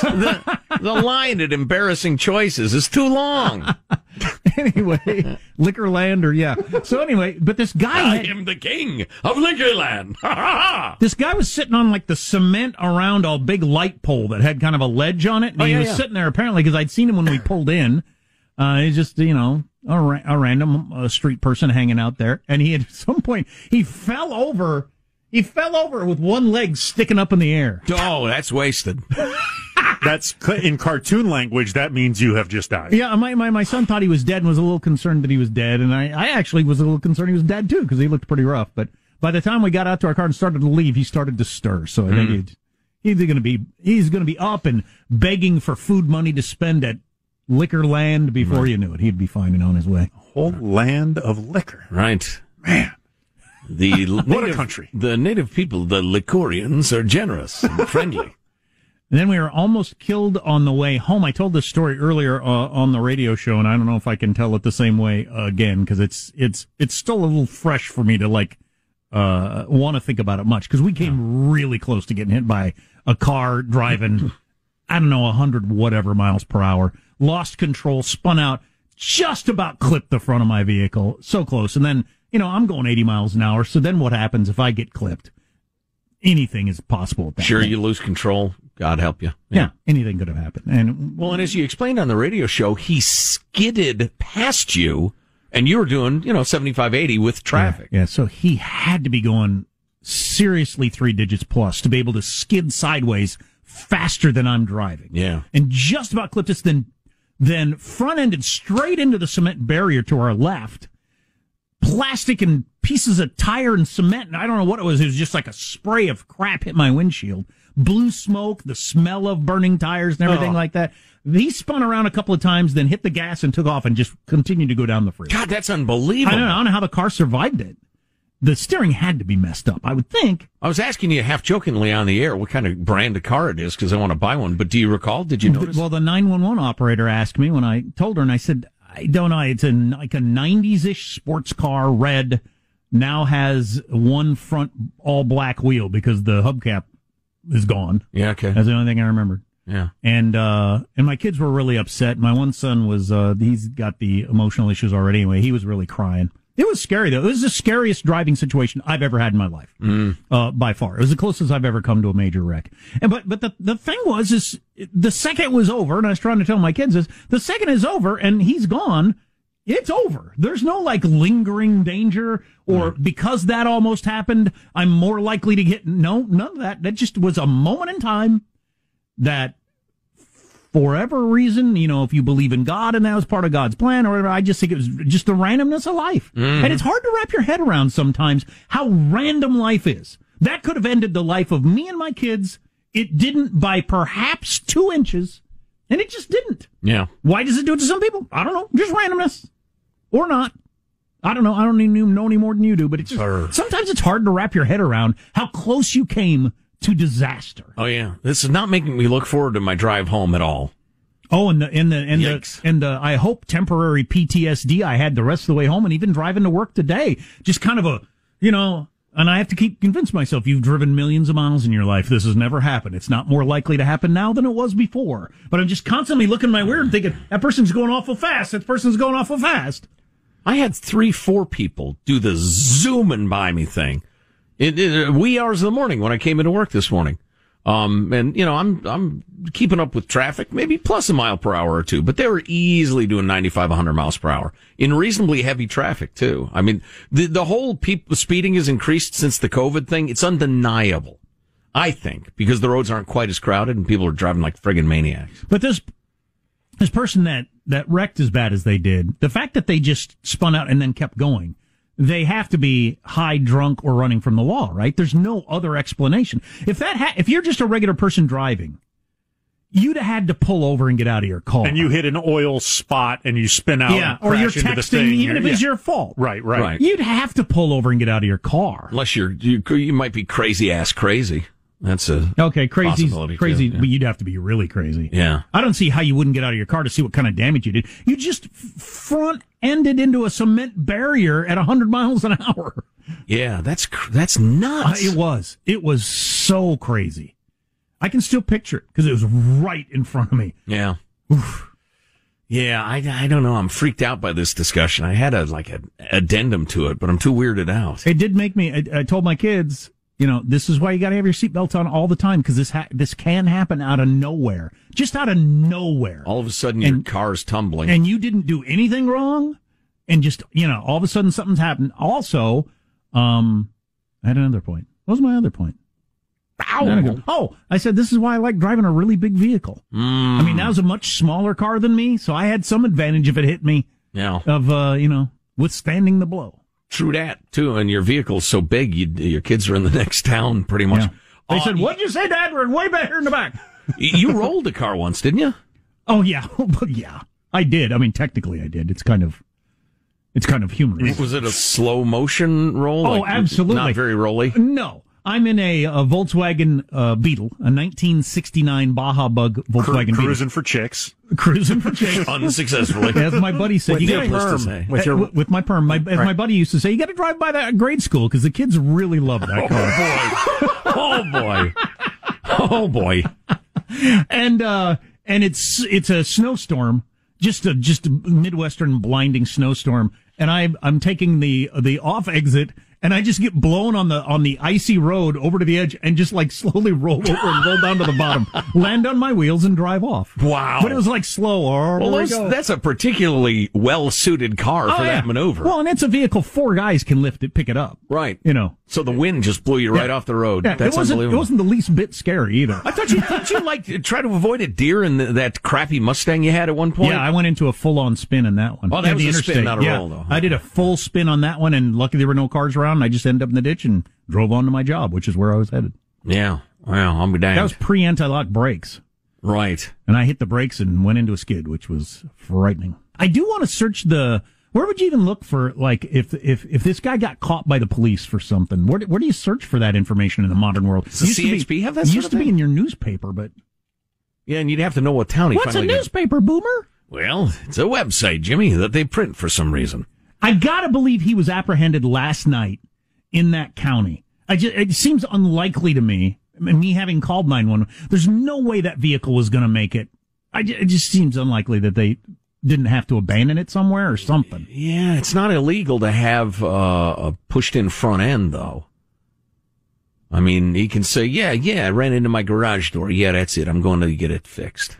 [SPEAKER 5] (laughs)
[SPEAKER 2] the, the line at embarrassing choices is too
[SPEAKER 5] (laughs)
[SPEAKER 2] long.
[SPEAKER 5] anyway, Liquorland or yeah. So anyway, but this guy
[SPEAKER 2] I
[SPEAKER 5] had,
[SPEAKER 2] am the king of Liquorland. Ha ha ha.
[SPEAKER 5] this guy was sitting on like the cement around a big light pole that had kind of a ledge on it, and
[SPEAKER 2] Oh,
[SPEAKER 5] he
[SPEAKER 2] yeah,
[SPEAKER 5] was
[SPEAKER 2] yeah.
[SPEAKER 5] sitting there apparently because I'd seen him when we pulled in. Uh, he's just you know a, ra- a random uh, street person hanging out there, and he had, at some point he fell over. He fell over with one leg sticking up in the air.
[SPEAKER 2] Oh, that's wasted.
[SPEAKER 4] That's cl- in cartoon language. That means you have just died.
[SPEAKER 5] Yeah, my, my, my son thought he was dead and was a little concerned that he was dead. And I, I actually was a little concerned he was dead too because he looked pretty rough. But by the time we got out to our car and started to leave, he started to stir. So I think it, he's going to be, he's going to be up and begging for food money to spend at liquor land before you knew it. He'd be fine and on his way.
[SPEAKER 4] Whole land of liquor.
[SPEAKER 2] Right.
[SPEAKER 4] Man.
[SPEAKER 5] (laughs)
[SPEAKER 2] The
[SPEAKER 4] a
[SPEAKER 2] native,
[SPEAKER 4] country.
[SPEAKER 2] The native people, the Licorians, are generous
[SPEAKER 5] (laughs)
[SPEAKER 2] and friendly.
[SPEAKER 5] And then we were almost killed on the way home. I told this story earlier uh, on the radio show, and I don't know if I can tell it the same way uh, again because it's it's it's still a little fresh for me to like uh, want to think about it much because we came really close to getting hit by a car driving I don't know hundred whatever miles per hour, lost control, spun out, just about clipped the front of my vehicle, so close. And then you know I'm going 80 miles an hour, so then what happens if I get clipped? Anything is possible. At that
[SPEAKER 2] Sure,
[SPEAKER 5] point.
[SPEAKER 2] you lose control. God help you.
[SPEAKER 5] Yeah. anything could have happened. And
[SPEAKER 2] Well, and as you explained on the radio show, he skidded past you, and you were doing, you know, 75, 80 with traffic.
[SPEAKER 5] Yeah, yeah, so he had to be going seriously three digits plus to be able to skid sideways faster than I'm driving.
[SPEAKER 2] Yeah.
[SPEAKER 5] And just about clipped us, then then front ended straight into the cement barrier to our left. Plastic and pieces of tire and cement, and I don't know what it was. It was just like a spray of crap hit my windshield. Blue smoke, the smell of burning tires and everything
[SPEAKER 2] Oh.
[SPEAKER 5] like that. He spun around a couple of times, then hit the gas and took off and just continued to go down the freeway.
[SPEAKER 2] God, that's unbelievable.
[SPEAKER 5] I don't, know, I don't know how the car survived it. The steering had to be messed up, I would think.
[SPEAKER 2] I was asking you half jokingly on the air what kind of brand of car it is because I want to buy one. But do you recall? Did you notice?
[SPEAKER 5] Well, the 911 operator asked me when I told her, and I said, I don't know. It's an, like a 90s ish sports car, red, now has one front all black wheel because the hubcap is gone.
[SPEAKER 2] yeah. Okay.
[SPEAKER 5] That's the only thing I remembered.
[SPEAKER 2] Yeah.
[SPEAKER 5] and uh and my kids were really upset my one son was uh he's got the emotional issues already anyway he was really crying it was scary though it was the scariest driving situation i've ever had in my life uh by far it was the closest i've ever come to a major wreck and but but the the thing was is the second it was over and i was trying to tell my kids is the second is over and he's gone it's over. There's no like lingering danger or because that almost happened, I'm more likely to get no, none of that. That just was a moment in time that forever reason, you know, if you believe in God and that was part of God's plan or whatever, I just think it was just the randomness of life. And it's hard to wrap your head around sometimes how random life is. That could have ended the life of me and my kids. It didn't by perhaps two inches, and it just didn't.
[SPEAKER 2] Yeah.
[SPEAKER 5] Why does it do it to some people? I don't know. Just randomness. Or not. I don't know. I don't even know any more than you do, but it's just-
[SPEAKER 4] Sure.
[SPEAKER 5] sometimes it's hard to wrap your head around how close you came to disaster.
[SPEAKER 2] Oh yeah. This is not making me look forward to my drive home at all.
[SPEAKER 5] Oh, and the and the and the, and the I hope temporary PTSD I had the rest of the way home, and even driving to work today, just kind of a you know. And I have to keep convince myself you've driven millions of miles in your life. This has never happened. It's not more likely to happen now than it was before. But I'm just constantly looking my weird, thinking that person's going awful fast. That person's going awful fast.
[SPEAKER 2] I had three, four people do the zooming by me thing. It, it, uh, wee hours of the morning when I came into work this morning. Um, and you know, I'm, I'm keeping up with traffic, maybe plus a mile per hour or two, but they were easily doing 95, 100 miles per hour in reasonably heavy traffic too. I mean, the, the whole people speeding has increased since the COVID thing. It's undeniable, I think, because the roads aren't quite as crowded and people are driving like friggin' maniacs.
[SPEAKER 5] But this this person that that wrecked as bad as they did, the fact that they just spun out and then kept going, they have to be high drunk or running from the law, right? There's no other explanation. If that ha- if you're just a regular person driving, you'd have had to pull over and get out of your car.
[SPEAKER 4] And you hit an oil spot and you spin out.
[SPEAKER 5] yeah,
[SPEAKER 4] and
[SPEAKER 5] or
[SPEAKER 4] crash
[SPEAKER 5] you're
[SPEAKER 4] into the thing.
[SPEAKER 5] texting, even if it's
[SPEAKER 4] yeah.
[SPEAKER 5] your fault.
[SPEAKER 4] Right, right,
[SPEAKER 2] Right.
[SPEAKER 5] You'd have to pull over and get out of your car.
[SPEAKER 2] Unless you're, you, you might be crazy ass crazy. That's a
[SPEAKER 5] Okay, crazy,
[SPEAKER 2] possibility, too,
[SPEAKER 5] crazy,
[SPEAKER 2] yeah.
[SPEAKER 5] but you'd have to be really crazy.
[SPEAKER 2] Yeah.
[SPEAKER 5] I don't see how you wouldn't get out of your car to see what kind of damage you did. You just front ended into a cement barrier at 100 miles an hour.
[SPEAKER 2] Yeah, that's cr- that's nuts.
[SPEAKER 5] Uh, it was. It was so crazy. I can still picture it because it was right in front of me.
[SPEAKER 2] Yeah. Yeah, I, I don't know. I'm freaked out by this discussion. I had a like an addendum to it, but I'm too weirded out.
[SPEAKER 5] It did make me. I, I told my kids, you know, this is why you got to have your seatbelt on all the time because this ha- this can happen out of nowhere, just out of nowhere.
[SPEAKER 2] All of a sudden, your
[SPEAKER 5] And-
[SPEAKER 2] car's tumbling.
[SPEAKER 5] and you didn't do anything wrong and just you know all of a sudden something's happened also um i had another point what was my other point Not a good- oh i said this is why i like driving a really big vehicle i mean that was a much smaller car than me so i had some advantage if it hit me
[SPEAKER 2] yeah,
[SPEAKER 5] of uh you know withstanding the blow
[SPEAKER 2] true that too. And your vehicle's so big, you, your kids are in the (laughs) next town pretty much.
[SPEAKER 5] they
[SPEAKER 2] Oh,
[SPEAKER 5] said what'd you say dad we're way back here in the back
[SPEAKER 2] you rolled a car once,
[SPEAKER 5] (laughs)
[SPEAKER 2] didn't you?
[SPEAKER 5] oh yeah but yeah i did i mean technically i did it's kind of it's kind of humorous
[SPEAKER 2] Was it a slow motion roll?
[SPEAKER 5] Oh, absolutely.
[SPEAKER 2] Not
[SPEAKER 5] (laughs)
[SPEAKER 2] very rolly.
[SPEAKER 5] No, I'm in a, a Volkswagen uh, Beetle, a 1969 Baja Bug
[SPEAKER 4] Cru-
[SPEAKER 5] Volkswagen
[SPEAKER 4] cruising for chicks.
[SPEAKER 5] Beetle, cruising for chicks.
[SPEAKER 2] (laughs) Unsuccessfully.
[SPEAKER 5] As my buddy said,
[SPEAKER 4] With
[SPEAKER 5] you
[SPEAKER 4] your
[SPEAKER 5] gotta-
[SPEAKER 4] perm. Needless to say.
[SPEAKER 5] with,
[SPEAKER 4] With your-
[SPEAKER 5] with, my perm. My, as my
[SPEAKER 4] Right.
[SPEAKER 5] buddy used to say, you got to drive by that grade school because the kids really love that car.
[SPEAKER 2] (laughs) Oh boy. Oh boy.
[SPEAKER 5] and uh, and it's it's a snowstorm, just a just a midwestern blinding snowstorm, and I I'm taking the the off exit. And I just get blown on the on the icy road over to the edge and just like slowly roll over and roll down to the
[SPEAKER 2] (laughs)
[SPEAKER 5] bottom, land on my wheels and drive off.
[SPEAKER 2] Wow.
[SPEAKER 5] But it was like slow. Oh, Or
[SPEAKER 2] Well, those, that's a particularly well suited car for that maneuver.
[SPEAKER 5] Oh, Well, and it's a vehicle four guys can lift it, pick it up.
[SPEAKER 2] right.
[SPEAKER 5] You know.
[SPEAKER 2] So the wind just blew you right
[SPEAKER 5] Yeah.
[SPEAKER 2] off the road.
[SPEAKER 5] Yeah,
[SPEAKER 2] that's
[SPEAKER 5] it wasn't it
[SPEAKER 2] unbelievable.
[SPEAKER 5] wasn't the least bit scary either.
[SPEAKER 2] I thought you thought you like try to avoid a deer in the, that crappy Mustang you had at one point.
[SPEAKER 5] Yeah, I went into a full on spin in that one.
[SPEAKER 2] Oh, that
[SPEAKER 5] Yeah,
[SPEAKER 2] was
[SPEAKER 5] the
[SPEAKER 2] a spin,
[SPEAKER 5] interstate.
[SPEAKER 2] not a
[SPEAKER 5] yeah.
[SPEAKER 2] roll, though.
[SPEAKER 5] I did a full spin on that one, and luckily there were no cars around. I just ended up in the ditch and drove on to my job, which is where I was headed.
[SPEAKER 2] yeah. Well, I'll be
[SPEAKER 5] That
[SPEAKER 2] damned.
[SPEAKER 5] was pre anti lock brakes,
[SPEAKER 2] right.
[SPEAKER 5] and I hit the brakes and went into a skid, which was frightening. I do want to search the. Where would you even look for like if if if this guy got caught by the police for something? Where do, where do you search for that information in the modern world?
[SPEAKER 2] Does the
[SPEAKER 5] Used to be-
[SPEAKER 2] CHP have that sort
[SPEAKER 5] Used
[SPEAKER 2] of
[SPEAKER 5] to be
[SPEAKER 2] thing?
[SPEAKER 5] in your newspaper, but
[SPEAKER 2] Yeah, and you'd have to know what town he
[SPEAKER 5] what's a
[SPEAKER 2] finally. got-
[SPEAKER 5] newspaper, boomer?
[SPEAKER 2] Well, it's a website, Jimmy, that they print for some reason.
[SPEAKER 5] I gotta believe he was apprehended last night in that county. I just, it seems unlikely to me. I mean, Me having called 911, there's no way that vehicle was gonna make it. I ju- it just seems unlikely that they didn't have to abandon it somewhere or something.
[SPEAKER 2] Yeah, it's not illegal to have uh, a pushed in front end, though. I mean, he can say, yeah, yeah, I ran into my garage door. Yeah, that's it. I'm going to get it fixed.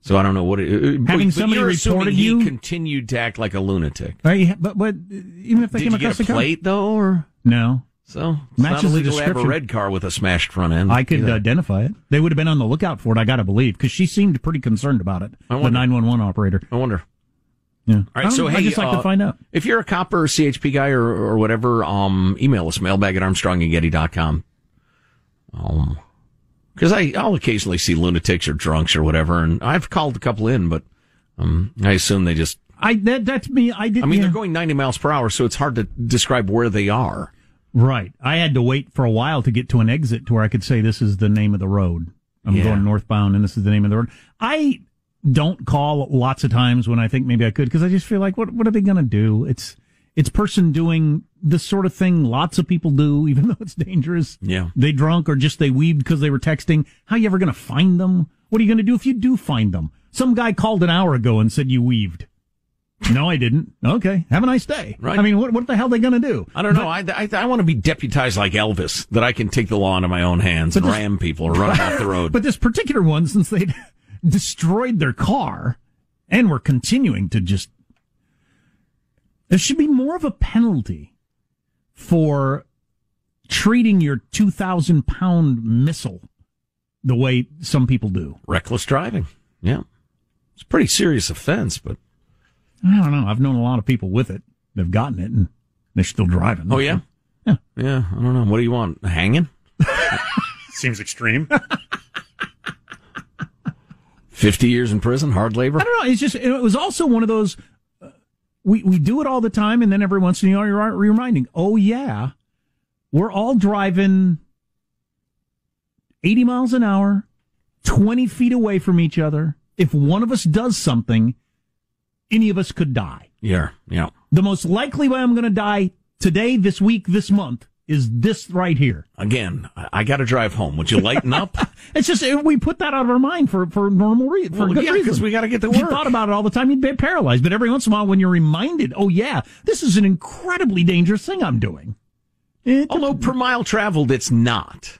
[SPEAKER 2] So I don't know what it, uh,
[SPEAKER 5] Having
[SPEAKER 2] but
[SPEAKER 5] somebody
[SPEAKER 2] you're assuming
[SPEAKER 5] reported
[SPEAKER 2] he
[SPEAKER 5] you?
[SPEAKER 2] continued to act like a lunatic.
[SPEAKER 5] Right? But, but even if they
[SPEAKER 2] Did
[SPEAKER 5] came
[SPEAKER 2] you
[SPEAKER 5] across
[SPEAKER 2] get a
[SPEAKER 5] the
[SPEAKER 2] plate though, or
[SPEAKER 5] car, no,
[SPEAKER 2] so? It's
[SPEAKER 5] Matches the
[SPEAKER 2] not illegal to have a
[SPEAKER 5] description.
[SPEAKER 2] red car with a smashed front end.
[SPEAKER 5] I could uh,
[SPEAKER 2] either.
[SPEAKER 5] identify it. They would have been on the lookout for it. I gotta believe because she seemed pretty concerned about it.
[SPEAKER 2] I
[SPEAKER 5] The
[SPEAKER 2] wonder.
[SPEAKER 5] 911 operator.
[SPEAKER 2] I wonder.
[SPEAKER 5] Yeah.
[SPEAKER 2] All right, so hey,
[SPEAKER 5] Um, I just like
[SPEAKER 2] uh,
[SPEAKER 5] to find out.
[SPEAKER 2] If you're a cop or a CHP guy or, or whatever, um, email us mailbag at armstrongandgetty.com. Um, because I I'll occasionally see lunatics or drunks or whatever, and I've called a couple in, but um, I assume they just.
[SPEAKER 5] I that that's me. I didn't.
[SPEAKER 2] I mean,
[SPEAKER 5] yeah.
[SPEAKER 2] they're going 90 miles per hour, so it's hard to describe where they are.
[SPEAKER 5] Right. I had to wait for a while to get to an exit to where I could say this is the name of the road. I'm
[SPEAKER 2] Yeah.
[SPEAKER 5] going northbound and this is the name of the road. I don't call lots of times when I think maybe I could because I just feel like what what are they going to do? It's it's person doing this sort of thing lots of people do (laughs) even though it's dangerous.
[SPEAKER 2] Yeah.
[SPEAKER 5] They drunk or just they weaved because they were texting. How you ever going to find them? What are you going to do if you do find them? Some guy called an hour ago and said you weaved. No, I didn't. Okay. Have a nice day.
[SPEAKER 2] Right.
[SPEAKER 5] I mean, what, what the hell are they going to do?
[SPEAKER 2] I don't know. I, I, I want to be deputized like Elvis, that I can take the law into my own hands and ram people or run off the
[SPEAKER 5] (laughs)
[SPEAKER 2] road.
[SPEAKER 5] But this particular one, since they (laughs) destroyed their car and were continuing to just, there should be more of a penalty for treating your 2,000 pound missile the way some people do.
[SPEAKER 2] Reckless driving. Yeah. It's a pretty serious offense, but.
[SPEAKER 5] I don't know. I've known a lot of people with it. They've gotten it and they're still driving.
[SPEAKER 2] Oh, yeah?
[SPEAKER 5] Yeah.
[SPEAKER 2] Yeah. I don't know. What do you want? Hanging?
[SPEAKER 4] Seems (laughs) extreme.
[SPEAKER 2] 50 years in prison, hard labor?
[SPEAKER 5] I don't know. It's just it was also one of those. uh, We we do it all the time, and then every once in a while you're reminding, oh yeah, we're all driving eighty miles an hour, twenty feet away from each other. If one of us does something, any of us could die.
[SPEAKER 2] Yeah. Yeah.
[SPEAKER 5] The most likely way I'm going to die today, this week, this month is this right here.
[SPEAKER 2] Again, I, I got to drive home. Would you lighten
[SPEAKER 4] (laughs)
[SPEAKER 2] up?
[SPEAKER 5] It's just uh, we put that out of our mind for for normal reason. For
[SPEAKER 2] Well,
[SPEAKER 5] good
[SPEAKER 2] yeah, 'cause
[SPEAKER 5] reason.
[SPEAKER 2] we gotta get to
[SPEAKER 5] If you
[SPEAKER 2] work.
[SPEAKER 5] thought about it all the time, you'd be paralyzed. But every once in a while, when you're reminded, oh yeah, this is an incredibly dangerous thing I'm doing.
[SPEAKER 2] Although per mile traveled, it's not.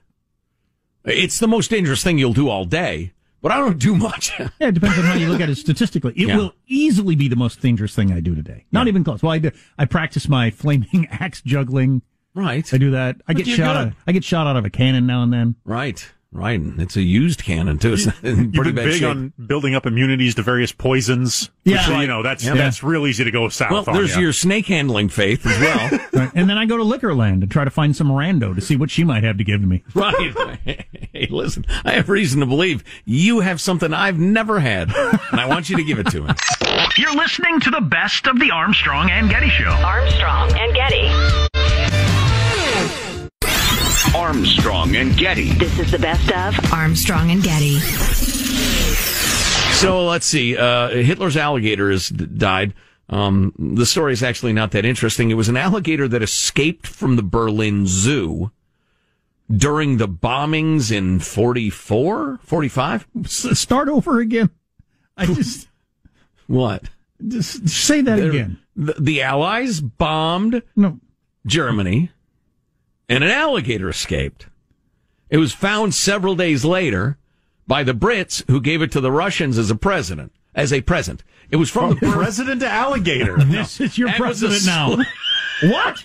[SPEAKER 2] It's the most dangerous thing you'll do all day, but I don't do much. (laughs)
[SPEAKER 5] Yeah, it depends on how you look at it statistically. It
[SPEAKER 2] Yeah.
[SPEAKER 5] will easily be the most dangerous thing I do today. Not even close. Well, I do. I practice my flaming (laughs) axe juggling.
[SPEAKER 2] Right.
[SPEAKER 5] I do that. I
[SPEAKER 2] But
[SPEAKER 5] get
[SPEAKER 2] you're
[SPEAKER 5] shot.
[SPEAKER 2] good.
[SPEAKER 5] Out, I get shot out of a cannon now and then.
[SPEAKER 2] right. Right. And It's a used cannon, too. It's in
[SPEAKER 4] You've
[SPEAKER 2] pretty
[SPEAKER 4] been
[SPEAKER 2] bad
[SPEAKER 4] big
[SPEAKER 2] shape.
[SPEAKER 4] on building up immunities to various poisons. which,
[SPEAKER 5] Yeah.
[SPEAKER 4] you know that's
[SPEAKER 2] Yeah.
[SPEAKER 4] that's real easy to go south.
[SPEAKER 2] well,
[SPEAKER 4] on
[SPEAKER 2] there's
[SPEAKER 4] ya.
[SPEAKER 2] your snake handling faith as well. (laughs)
[SPEAKER 5] Right. And then I go to Liquorland and try to find some rando to see what she might have to give to me.
[SPEAKER 2] Right. Hey, listen, I have reason to believe you have something I've never had, and I want you to give it to me.
[SPEAKER 1] You're listening to the best of the Armstrong and Getty Show.
[SPEAKER 7] Armstrong and Getty.
[SPEAKER 3] Armstrong and Getty.
[SPEAKER 7] This is the best of Armstrong and Getty.
[SPEAKER 2] So let's see. Uh, Hitler's alligator has d- died. Um, the story is actually not that interesting. It was an alligator that escaped from the Berlin Zoo during the bombings in 44, 45.
[SPEAKER 5] S- start over again.
[SPEAKER 2] (laughs)
[SPEAKER 5] I just.
[SPEAKER 2] What?
[SPEAKER 5] Just say that
[SPEAKER 2] They're-
[SPEAKER 5] again.
[SPEAKER 2] The, the Allies bombed
[SPEAKER 5] No.
[SPEAKER 2] Germany, and an alligator escaped. It was found several days later by the Brits, who gave it to the Russians as a present. As a present, it was from the Bur-
[SPEAKER 4] president to alligator.
[SPEAKER 5] This is your
[SPEAKER 2] That was
[SPEAKER 5] president
[SPEAKER 2] a
[SPEAKER 5] now.
[SPEAKER 2] sl-
[SPEAKER 5] (laughs) what?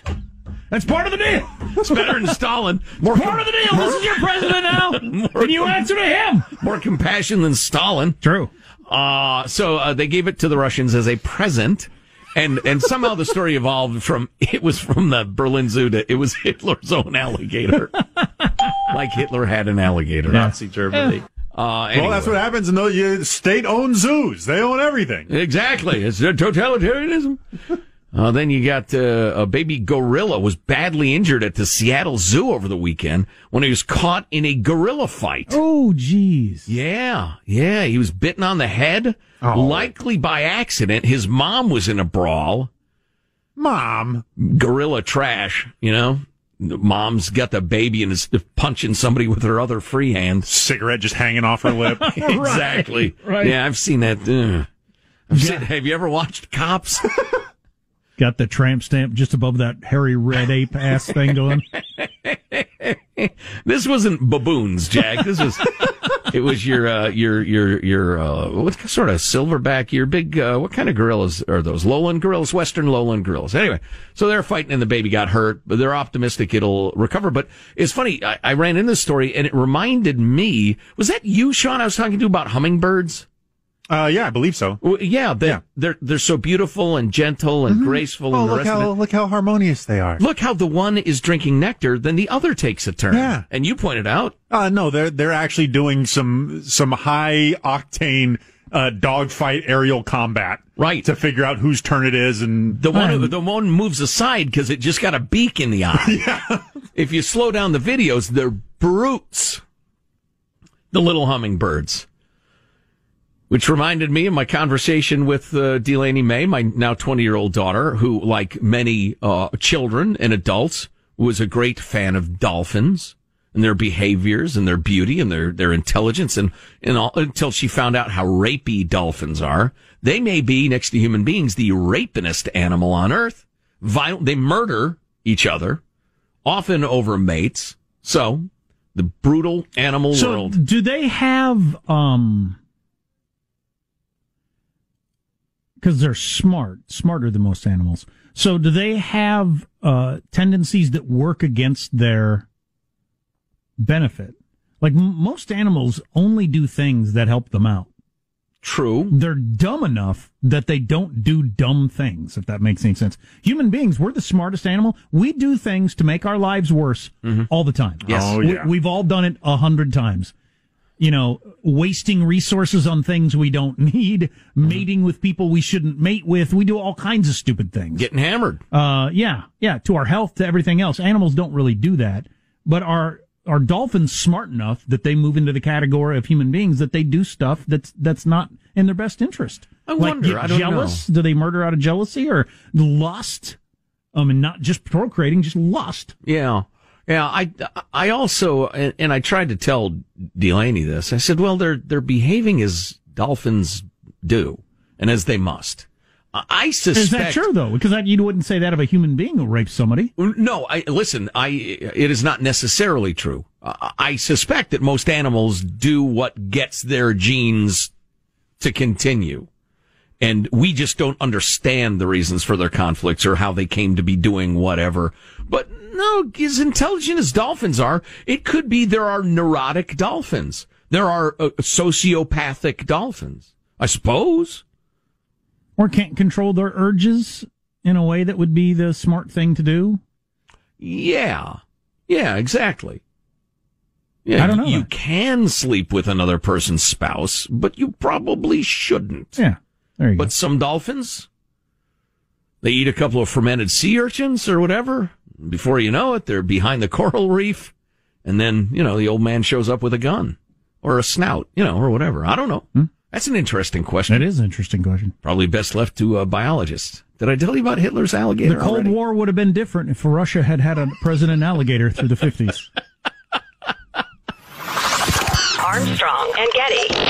[SPEAKER 5] That's part of the deal.
[SPEAKER 2] It's better than
[SPEAKER 5] (laughs)
[SPEAKER 2] Stalin. More
[SPEAKER 5] Part of the deal. This is your president now.
[SPEAKER 2] (laughs) More-
[SPEAKER 5] and you answer to him.
[SPEAKER 2] more compassion than Stalin.
[SPEAKER 5] True.
[SPEAKER 2] Uh, so uh, they gave it to the Russians as a present. And, and somehow the story evolved from, it was from the Berlin Zoo to, it was Hitler's
[SPEAKER 5] (laughs)
[SPEAKER 2] own alligator. like Hitler had an alligator. Nazi Germany. Uh,
[SPEAKER 4] Well, that's what
[SPEAKER 2] anyway.
[SPEAKER 4] happens in those you- state-owned zoos. They own everything.
[SPEAKER 2] Exactly. It's their totalitarianism. Uh, then you got uh, a baby gorilla was badly injured at the Seattle Zoo over the weekend when he was caught in a gorilla fight.
[SPEAKER 5] Oh, jeez.
[SPEAKER 2] Yeah, yeah. He was bitten on the head, likely by accident. His mom was in a brawl.
[SPEAKER 4] Mom,
[SPEAKER 2] Gorilla trash, you know? The Mom's got the baby and is punching somebody with her other free hand.
[SPEAKER 4] (laughs) cigarette just hanging off her (laughs) lip.
[SPEAKER 2] exactly.
[SPEAKER 5] right.
[SPEAKER 2] Yeah, I've seen that. Ugh. I've seen- have you ever watched Cops?
[SPEAKER 5] Got the tramp stamp just above that hairy red ape ass thing going.
[SPEAKER 2] this wasn't baboons, Jack. This was (laughs) it was your uh, your your your uh, what sort of silverback? Your big uh, what kind of gorillas are those? Lowland gorillas, Western Lowland gorillas. Anyway, so they're fighting and the baby got hurt, but they're optimistic it'll recover. But it's funny. I, I ran in this story and it reminded me. Was that you, Sean? I was talking to about hummingbirds.
[SPEAKER 4] Uh, yeah, I believe so.
[SPEAKER 2] Well, yeah, they,
[SPEAKER 4] Yeah.
[SPEAKER 2] they're they're so beautiful and gentle and graceful. And
[SPEAKER 4] Oh,
[SPEAKER 2] the
[SPEAKER 4] look
[SPEAKER 2] rest of it
[SPEAKER 4] how look how harmonious they are.
[SPEAKER 2] look how the one is drinking nectar, then the other takes a turn.
[SPEAKER 4] Yeah.
[SPEAKER 2] And you pointed out,
[SPEAKER 4] Uh, no, they're they're actually doing some some high octane uh, dogfight aerial combat,
[SPEAKER 2] Right.
[SPEAKER 4] To figure out whose turn it is, and
[SPEAKER 2] the one the one moves aside because it just got a beak in the eye. If you slow down the videos, they're brutes. The little hummingbirds. Which reminded me of my conversation with uh, Delaney May, my now 20 year old daughter, who, like many uh, children and adults, was a great fan of dolphins and their behaviors and their beauty and their, their intelligence and, and all, until she found out how rapey dolphins are. They may be, next to human beings, the rapinest animal on earth. Viol- they murder each other, often over mates. So, the brutal animal
[SPEAKER 5] so
[SPEAKER 2] world.
[SPEAKER 5] do they have um because they're smart smarter than most animals so do they have uh tendencies that work against their benefit like m- most animals only do things that help them out
[SPEAKER 2] true
[SPEAKER 5] they're dumb enough that they don't do dumb things if that makes any sense human beings we're the smartest animal we do things to make our lives worse all the time
[SPEAKER 2] Yes. Oh, yeah.
[SPEAKER 5] we, we've all done it a hundred times you know, wasting resources on things we don't need, mating with people we shouldn't mate with. We do all kinds of stupid things.
[SPEAKER 2] Getting hammered.
[SPEAKER 5] Uh, yeah, yeah, to our health, to everything else. Animals don't really do that, but are are dolphins smart enough that they move into the category of human beings that they do stuff that's that's not in their best interest?
[SPEAKER 2] I
[SPEAKER 5] Like,
[SPEAKER 2] wonder.
[SPEAKER 5] get
[SPEAKER 2] I don't
[SPEAKER 5] jealous? Do they murder out of jealousy or lust? I mean, not just procreating, just lust.
[SPEAKER 2] Yeah. Yeah. I, I also, and, and I tried to tell Delaney this. I said, well, they're, they're behaving as dolphins do and as they must. I- I suspect.
[SPEAKER 5] Is that true though? Because I, you wouldn't say that of a human being who rapes somebody.
[SPEAKER 2] No, I, listen, I, it is not necessarily true. I, I suspect that most animals do what gets their genes to continue. And we just don't understand the reasons for their conflicts or how they came to be doing whatever. But no, as intelligent as dolphins are, it could be there are neurotic dolphins. There are uh, sociopathic dolphins, I suppose.
[SPEAKER 5] or can't control their urges in a way that would be the smart thing to do.
[SPEAKER 2] Yeah. Yeah, exactly. Yeah,
[SPEAKER 5] I don't know.
[SPEAKER 2] You can sleep with another person's spouse, but you probably shouldn't.
[SPEAKER 5] Yeah. There you
[SPEAKER 2] but some dolphins, they eat a couple of fermented sea urchins or whatever. Before you know it, they're behind the coral reef. And then, you know, the old man shows up with a gun or a snout, you know, or whatever. I don't know. That's an interesting question.
[SPEAKER 5] Hmm? That is an interesting question.
[SPEAKER 2] Probably best left to a biologist. Did I tell you about Hitler's alligator
[SPEAKER 5] the Cold
[SPEAKER 2] already?
[SPEAKER 5] War would have been different if Russia had had a president alligator through the 50s.
[SPEAKER 7] Armstrong and Getty.
[SPEAKER 10] Oh.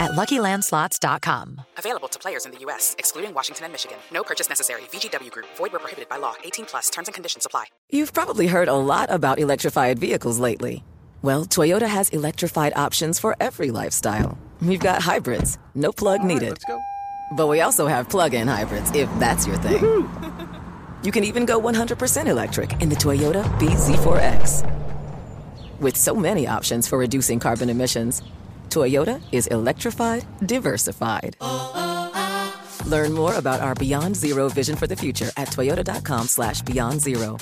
[SPEAKER 7] at luckylandslots.com.
[SPEAKER 11] Available to players in the U.S., excluding Washington and Michigan. No purchase necessary. VGW Group, void where prohibited by law. 18 plus terms and conditions apply.
[SPEAKER 12] You've probably heard a lot about electrified vehicles lately. Well, Toyota has electrified options for every lifestyle. We've got hybrids, no plug needed. let's go. But we also have plug-in hybrids, if that's your thing. (laughs) you can even go 100% electric in the Toyota BZ4X. With so many options for reducing carbon emissions, Toyota is electrified, diversified. Learn more about our Beyond Zero vision for the future at toyota.com slash beyond zero.